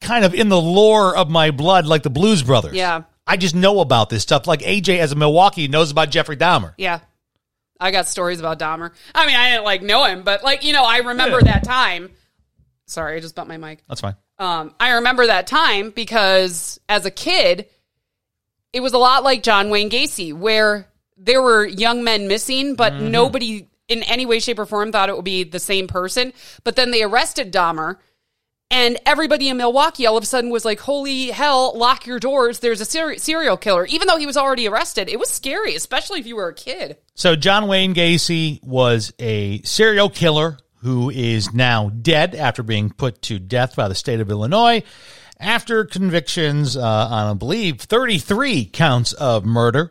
Speaker 1: kind of in the lore of my blood, like the Blues Brothers.
Speaker 2: Yeah.
Speaker 1: I just know about this stuff. Like AJ, as a Milwaukee, knows about Jeffrey Dahmer.
Speaker 2: Yeah. I got stories about Dahmer. I mean, I didn't like know him, but like, you know, I remember that time. Sorry, I just bumped my mic.
Speaker 1: That's fine.
Speaker 2: Um, I remember that time because as a kid, it was a lot like John Wayne Gacy, where there were young men missing, but nobody in any way, shape, or form thought it would be the same person. But then they arrested Dahmer, and everybody in Milwaukee all of a sudden was like, holy hell, lock your doors. There's a ser- serial killer. Even though he was already arrested, it was scary, especially if you were a kid.
Speaker 1: So John Wayne Gacy was a serial killer who is now dead after being put to death by the state of Illinois after convictions uh, on, I believe, 33 counts of murder.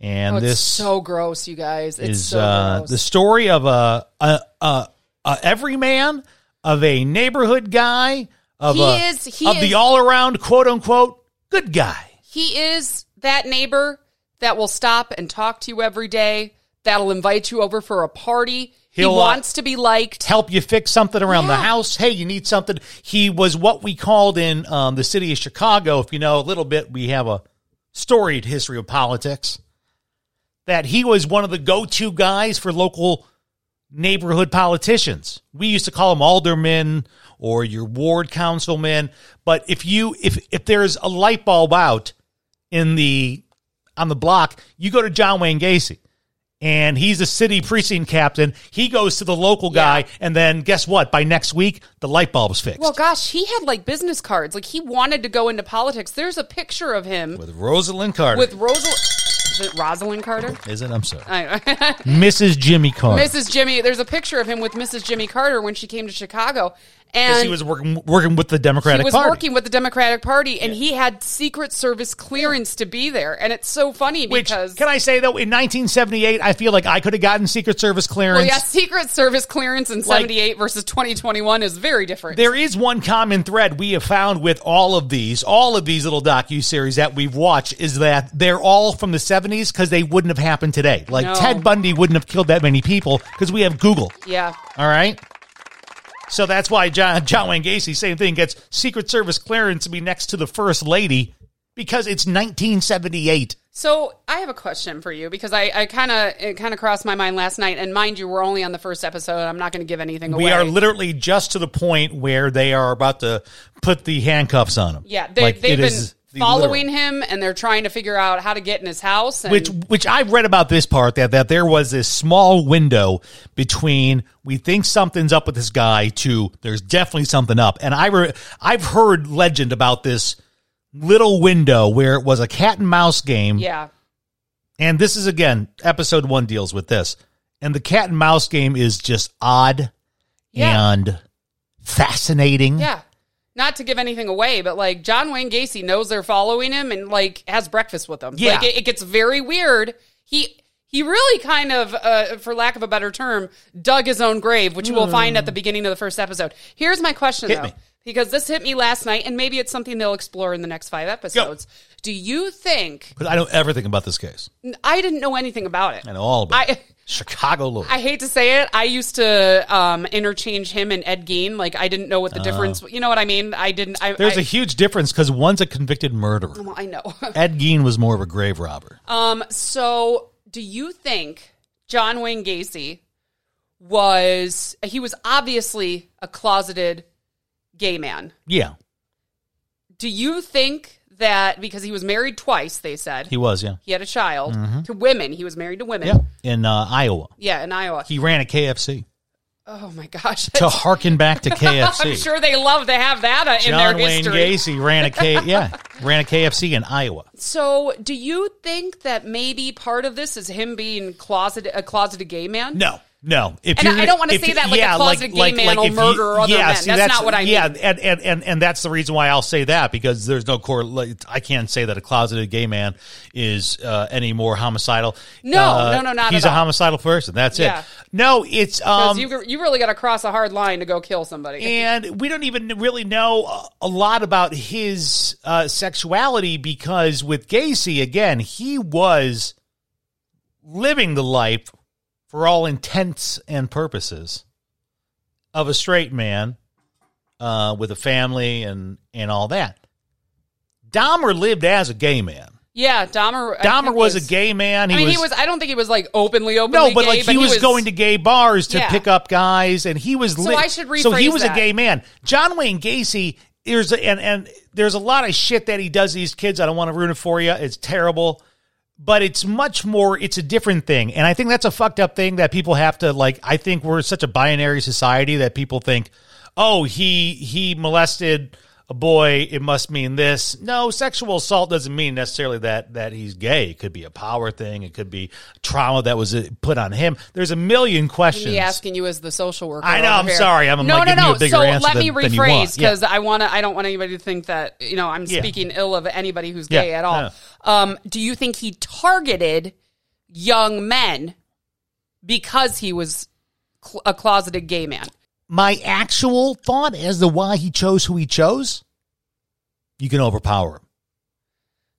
Speaker 1: And
Speaker 2: Oh, it's
Speaker 1: this
Speaker 2: so gross, you guys. It's
Speaker 1: is
Speaker 2: so
Speaker 1: uh,
Speaker 2: gross.
Speaker 1: the story of a a, a a everyman of a neighborhood guy of
Speaker 2: He
Speaker 1: a,
Speaker 2: is- he
Speaker 1: of
Speaker 2: is-
Speaker 1: the all around quote unquote good guy.
Speaker 2: He is that neighbor that will stop and talk to you every day, that'll invite you over for a party.
Speaker 1: He'll, uh,
Speaker 2: he wants to be liked.
Speaker 1: help you fix something around the
Speaker 2: Yeah.
Speaker 1: house. Hey, you need something. He was what we called in um, the city of Chicago. If you know a little bit, we have a storied history of politics. That he was one of the go to guys for local neighborhood politicians. We used to call them aldermen or your ward councilmen. But if you if if there's a light bulb out in the on the block, you go to John Wayne Gacy and he's a city precinct captain. He goes to the local guy, and then guess what? By next week, the light bulb's fixed.
Speaker 2: Well, gosh, he had like business cards. Like he wanted to go into politics. There's a picture of him
Speaker 1: with Rosalind Carter,
Speaker 2: with Rosal- is it Rosalind Carter.
Speaker 1: is it? I'm sorry,
Speaker 2: I-
Speaker 1: Mrs. Jimmy Carter.
Speaker 2: Mrs. Jimmy, there's a picture of him with Mrs. Jimmy Carter when she came to Chicago,
Speaker 1: 'Cause
Speaker 2: and
Speaker 1: he was working working with the
Speaker 2: he
Speaker 1: Democratic
Speaker 2: was
Speaker 1: Party,
Speaker 2: working with the Democratic Party, and he had Secret Service clearance to be there. And it's so funny
Speaker 1: which
Speaker 2: because
Speaker 1: can I say though? In 1978, I feel like I could have gotten Secret Service clearance.
Speaker 2: Well, yeah, Secret Service clearance in
Speaker 1: Like-
Speaker 2: '78 versus 2021 is very different.
Speaker 1: There is one common thread we have found with all of these, all of these little docu series that we've watched, is that they're all from the '70s because they wouldn't have happened today. Like
Speaker 2: No.
Speaker 1: Ted Bundy wouldn't have killed that many people because we have Google.
Speaker 2: yeah,
Speaker 1: All right. So that's why John John Wayne Gacy, same thing, gets Secret Service clearance to be next to the first lady because it's 1978.
Speaker 2: So I have a question for you because I, I kind of it kind of crossed my mind last night, and mind you, we're only on the first episode. I'm not going to give anything away.
Speaker 1: We are literally just to the point where they are about to put the handcuffs on him.
Speaker 2: yeah, they,
Speaker 1: Like,
Speaker 2: they've
Speaker 1: it
Speaker 2: been
Speaker 1: is the
Speaker 2: following
Speaker 1: literal-
Speaker 2: him, and they're trying to figure out how to get in his house. And
Speaker 1: Which, which I've read about this part that that there was this small window between we think something's up with this guy to there's definitely something up, and I re- I've heard legend about this little window where it was a cat and mouse game.
Speaker 2: yeah,
Speaker 1: And this is again, episode one deals with this. And the cat and mouse game is just odd
Speaker 2: Yeah.
Speaker 1: and fascinating.
Speaker 2: yeah. Not to give anything away, but like John Wayne Gacy knows they're following him and like has breakfast with them.
Speaker 1: Yeah.
Speaker 2: Like it, it gets very weird. He he really kind of, uh, for lack of a better term, dug his own grave, which you will find at the beginning of the first episode. Here's my question
Speaker 1: Hit
Speaker 2: though,
Speaker 1: me.
Speaker 2: because this hit me last night, and maybe it's something they'll explore in the next five episodes. Do you think
Speaker 1: 'Cause I know everything about this case.
Speaker 2: I didn't know anything about it?
Speaker 1: I know all about
Speaker 2: I-
Speaker 1: it. Chicago law.
Speaker 2: I hate to say it. I used to um, interchange him and Ed Gein. Like I didn't know what the difference. You know what I mean? I didn't. I,
Speaker 1: Ah. There's
Speaker 2: I,
Speaker 1: a huge difference because one's a convicted murderer.
Speaker 2: Well, I know.
Speaker 1: Ed Gein was more of a grave robber.
Speaker 2: Um, so do you think John Wayne Gacy was he was obviously a closeted gay man.
Speaker 1: yeah,
Speaker 2: Do you think that because he was married twice, they said
Speaker 1: he
Speaker 2: he,
Speaker 1: was. Yeah,
Speaker 2: had a child to women. He was married to women.
Speaker 1: yeah. In uh, Iowa,
Speaker 2: Yeah, in Iowa.
Speaker 1: he ran a KFC
Speaker 2: oh my gosh.
Speaker 1: to harken back to KFC.
Speaker 2: I'm sure they love to have that uh, in
Speaker 1: John
Speaker 2: their
Speaker 1: Wayne
Speaker 2: history.
Speaker 1: Gacy ran a K. Yeah, ran a KFC in Iowa.
Speaker 2: So, do you think that maybe part of this is him being closeted a closeted gay man?
Speaker 1: No, no. If
Speaker 2: And
Speaker 1: you're
Speaker 2: I
Speaker 1: gonna-
Speaker 2: don't wanna
Speaker 1: if
Speaker 2: say
Speaker 1: you-
Speaker 2: that like a closeted gay man will
Speaker 1: if you-
Speaker 2: murder other men. That's not what I
Speaker 1: Yeah,
Speaker 2: mean.
Speaker 1: and, and and and that's the reason why I'll say that because there's no core. like, I can't say that a closeted gay man is uh, any more homicidal.
Speaker 2: No,
Speaker 1: Uh,
Speaker 2: no, no, not
Speaker 1: He's
Speaker 2: at
Speaker 1: a
Speaker 2: all.
Speaker 1: homicidal person. That's
Speaker 2: Yeah.
Speaker 1: it. No, it's
Speaker 2: 'Cause
Speaker 1: um.
Speaker 2: you you really got to cross a hard line to go kill somebody.
Speaker 1: and we don't even really know a- a lot about his uh, sexuality because with Gacy, again, he was living the life for all intents and purposes of a straight man uh, with a family and, and all that. Dahmer lived as a gay man.
Speaker 2: yeah, Dahmer. I
Speaker 1: Dahmer
Speaker 2: think
Speaker 1: was, a gay man.
Speaker 2: I mean, he was. I don't think he was like openly openly.
Speaker 1: no, but
Speaker 2: gay,
Speaker 1: like he, was, going to gay bars to
Speaker 2: Yeah.
Speaker 1: pick up guys, and he was.
Speaker 2: So I should
Speaker 1: So he
Speaker 2: rephrase
Speaker 1: was a
Speaker 2: that.
Speaker 1: gay man. John Wayne Gacy there's a, and and there's a lot of shit that he does to these kids. I don't want to ruin it for you. It's terrible, but it's much more. It's a different thing, and I think that's a fucked up thing that people have to like. I think we're such a binary society that people think, oh, he he molested a boy, it must mean this. No, sexual assault doesn't mean necessarily that that he's gay. It could be a power thing. It could be trauma that was uh, put on him. There's a million questions.
Speaker 2: Me asking you as the social worker.
Speaker 1: I know,
Speaker 2: over
Speaker 1: I'm
Speaker 2: here.
Speaker 1: sorry, I'm,
Speaker 2: no, no,
Speaker 1: like, giving
Speaker 2: no.
Speaker 1: you a bigger
Speaker 2: so
Speaker 1: answer
Speaker 2: let
Speaker 1: than-
Speaker 2: me
Speaker 1: than you want.
Speaker 2: rephrase
Speaker 1: Yeah.
Speaker 2: because I want to. I don't want anybody to think that you know I'm
Speaker 1: Yeah.
Speaker 2: speaking ill of anybody who's
Speaker 1: Yeah,
Speaker 2: gay at all.
Speaker 1: no.
Speaker 2: Um, do you think he targeted young men because he was cl- a closeted gay man?
Speaker 1: my actual thought as to why he chose who he chose, you can overpower him.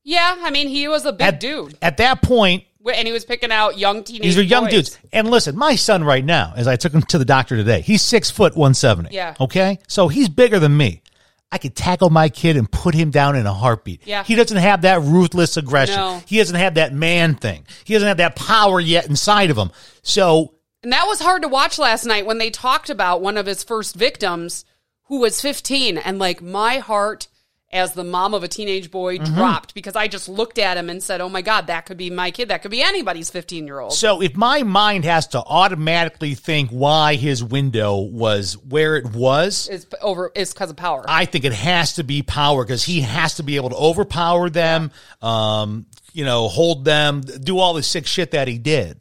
Speaker 2: Yeah, I mean he was a big
Speaker 1: At-
Speaker 2: dude,
Speaker 1: At that point,
Speaker 2: Wh- and he was picking out young teenage.
Speaker 1: these are young
Speaker 2: boys.
Speaker 1: dudes. And listen, my son right now, as I took him to the doctor today, he's six foot one seventy.
Speaker 2: Yeah.
Speaker 1: Okay, so he's bigger than me. I could tackle my kid and put him down in a heartbeat.
Speaker 2: Yeah.
Speaker 1: He doesn't have that ruthless aggression.
Speaker 2: No.
Speaker 1: He doesn't have that man thing. He doesn't have that power yet inside of him. So
Speaker 2: And that was hard to watch last night when they talked about one of his first victims who was 15. And like my heart as the mom of a teenage boy
Speaker 1: Mm-hmm.
Speaker 2: dropped because I just looked at him and said, oh my God, that could be my kid. That could be anybody's 15 year old.
Speaker 1: So if my mind has to automatically think why his window was where it was,
Speaker 2: Is p- over is because of power.
Speaker 1: I think it has to be power because he has to be able to overpower them, um, you know, hold them, do all the sick shit that he did.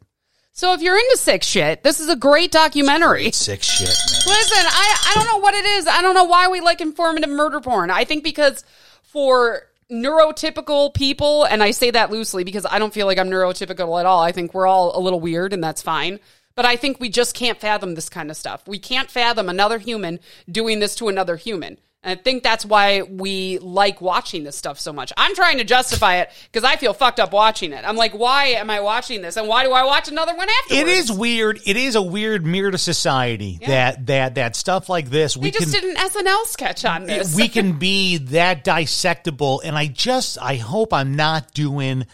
Speaker 2: so if you're into sick shit, this is a great documentary.
Speaker 1: Sick shit, man.
Speaker 2: Listen, I, I don't know what it is. I don't know why we like informative murder porn. I think because for neurotypical people, and I say that loosely because I don't feel like I'm neurotypical at all. I think we're all a little weird and that's fine. But I think we just can't fathom this kind of stuff. We can't fathom another human doing this to another human. And I think that's why we like watching this stuff so much. I'm trying to justify it because I feel fucked up watching it. I'm like, why am I watching this? And why do I watch another one afterwards?
Speaker 1: It is weird. It is a weird mirror to society that that that stuff like this we
Speaker 2: They just
Speaker 1: can
Speaker 2: did an SNL sketch on this.
Speaker 1: we can be that dissectable and i just i hope i'm not doing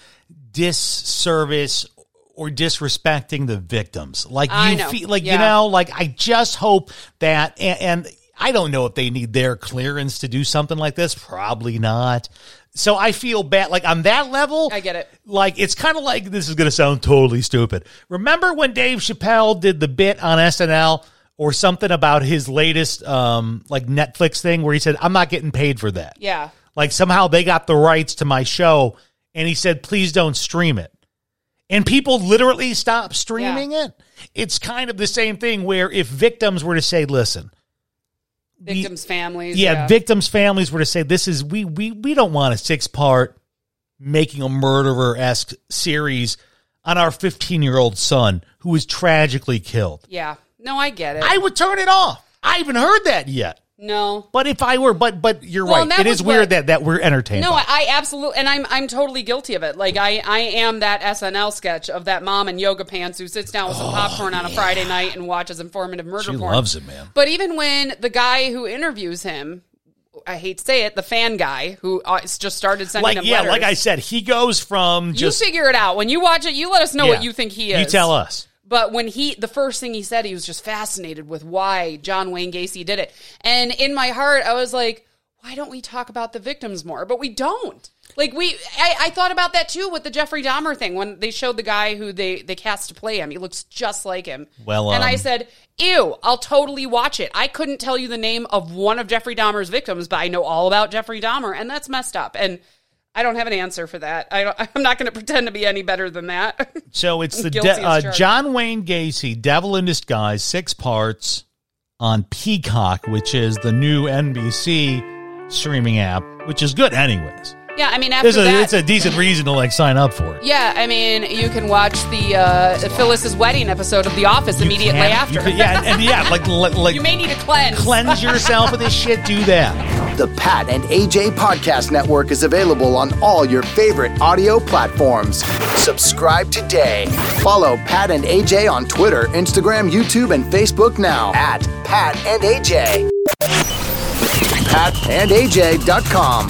Speaker 1: disservice or disrespecting the victims like
Speaker 2: I
Speaker 1: you
Speaker 2: know.
Speaker 1: feel like you
Speaker 2: Yeah.
Speaker 1: know like i just hope that and, and i don't know if they need their clearance to do something like this probably not so i feel bad like on that level
Speaker 2: I get it.
Speaker 1: like it's kind of like this is going to sound totally stupid. Remember when Dave Chappelle did the bit on SNL or something about his latest um like Netflix thing where he said I'm not getting paid for that.
Speaker 2: yeah.
Speaker 1: Like somehow they got the rights to my show and he said please don't stream it. And people literally stopped streaming it. It's kind of the same thing where if victims were to say listen, we-
Speaker 2: victims' families.
Speaker 1: yeah, victims' families were to say this is we we we don't want a six part making a murderer esque series on our fifteen year old son who was tragically killed.
Speaker 2: yeah. No, I get it.
Speaker 1: I would turn it off. I haven't heard that yet.
Speaker 2: no,
Speaker 1: But if I were, but but you're
Speaker 2: Well, and
Speaker 1: right.
Speaker 2: that
Speaker 1: It is
Speaker 2: was
Speaker 1: weird
Speaker 2: what-
Speaker 1: that that we're entertained.
Speaker 2: no,
Speaker 1: by
Speaker 2: I,
Speaker 1: it.
Speaker 2: I absolutely, and I'm I'm totally guilty of it. Like I I am that SNL sketch of that mom in yoga pants who sits down with some popcorn on a Friday night and watches informative murder
Speaker 1: Oh, she
Speaker 2: porn.
Speaker 1: loves it, man.
Speaker 2: But even when the guy who interviews him, I hate to say it, the fan guy who uh, just started sending
Speaker 1: Like
Speaker 2: him
Speaker 1: yeah,
Speaker 2: letters,
Speaker 1: like I said, he goes from
Speaker 2: you
Speaker 1: just
Speaker 2: figure it out when you watch it. You let us know
Speaker 1: yeah.
Speaker 2: what you think he is.
Speaker 1: You tell us.
Speaker 2: But when he, the first thing he said, he was just fascinated with why John Wayne Gacy did it. And in my heart, I was like, why don't we talk about the victims more? But we don't. Like we, I, I thought about that too with the Jeffrey Dahmer thing when they showed the guy who they they cast to play him. He looks just like him.
Speaker 1: Well,
Speaker 2: and I
Speaker 1: um,
Speaker 2: said, "Ew, I'll totally watch it." I couldn't tell you the name of one of Jeffrey Dahmer's victims, but I know all about Jeffrey Dahmer, and that's messed up. And I don't have an answer for that. I don't, I'm not going to pretend to be any better than that.
Speaker 1: So it's the
Speaker 2: Guilty
Speaker 1: de-
Speaker 2: as
Speaker 1: uh,
Speaker 2: charged.
Speaker 1: John Wayne Gacy, Devil in Disguise, six parts on Peacock, which is the new NBC streaming app, which is good anyways.
Speaker 2: yeah, I mean, after
Speaker 1: There's a,
Speaker 2: that,
Speaker 1: it's a decent reason to like sign up for it.
Speaker 2: Yeah, I mean, you can watch the uh, Phyllis's wedding episode of The Office immediately
Speaker 1: Can-
Speaker 2: after.
Speaker 1: you can- yeah, and, and yeah, like like, like
Speaker 2: You may need to cleanse.
Speaker 1: cleanse yourself with this shit. Do that.
Speaker 4: The Pat and AJ Podcast Network is available on all your favorite audio platforms. Subscribe today. Follow Pat and AJ on Twitter, Instagram, YouTube, and Facebook now at Pat and AJ. PatandAJ.com.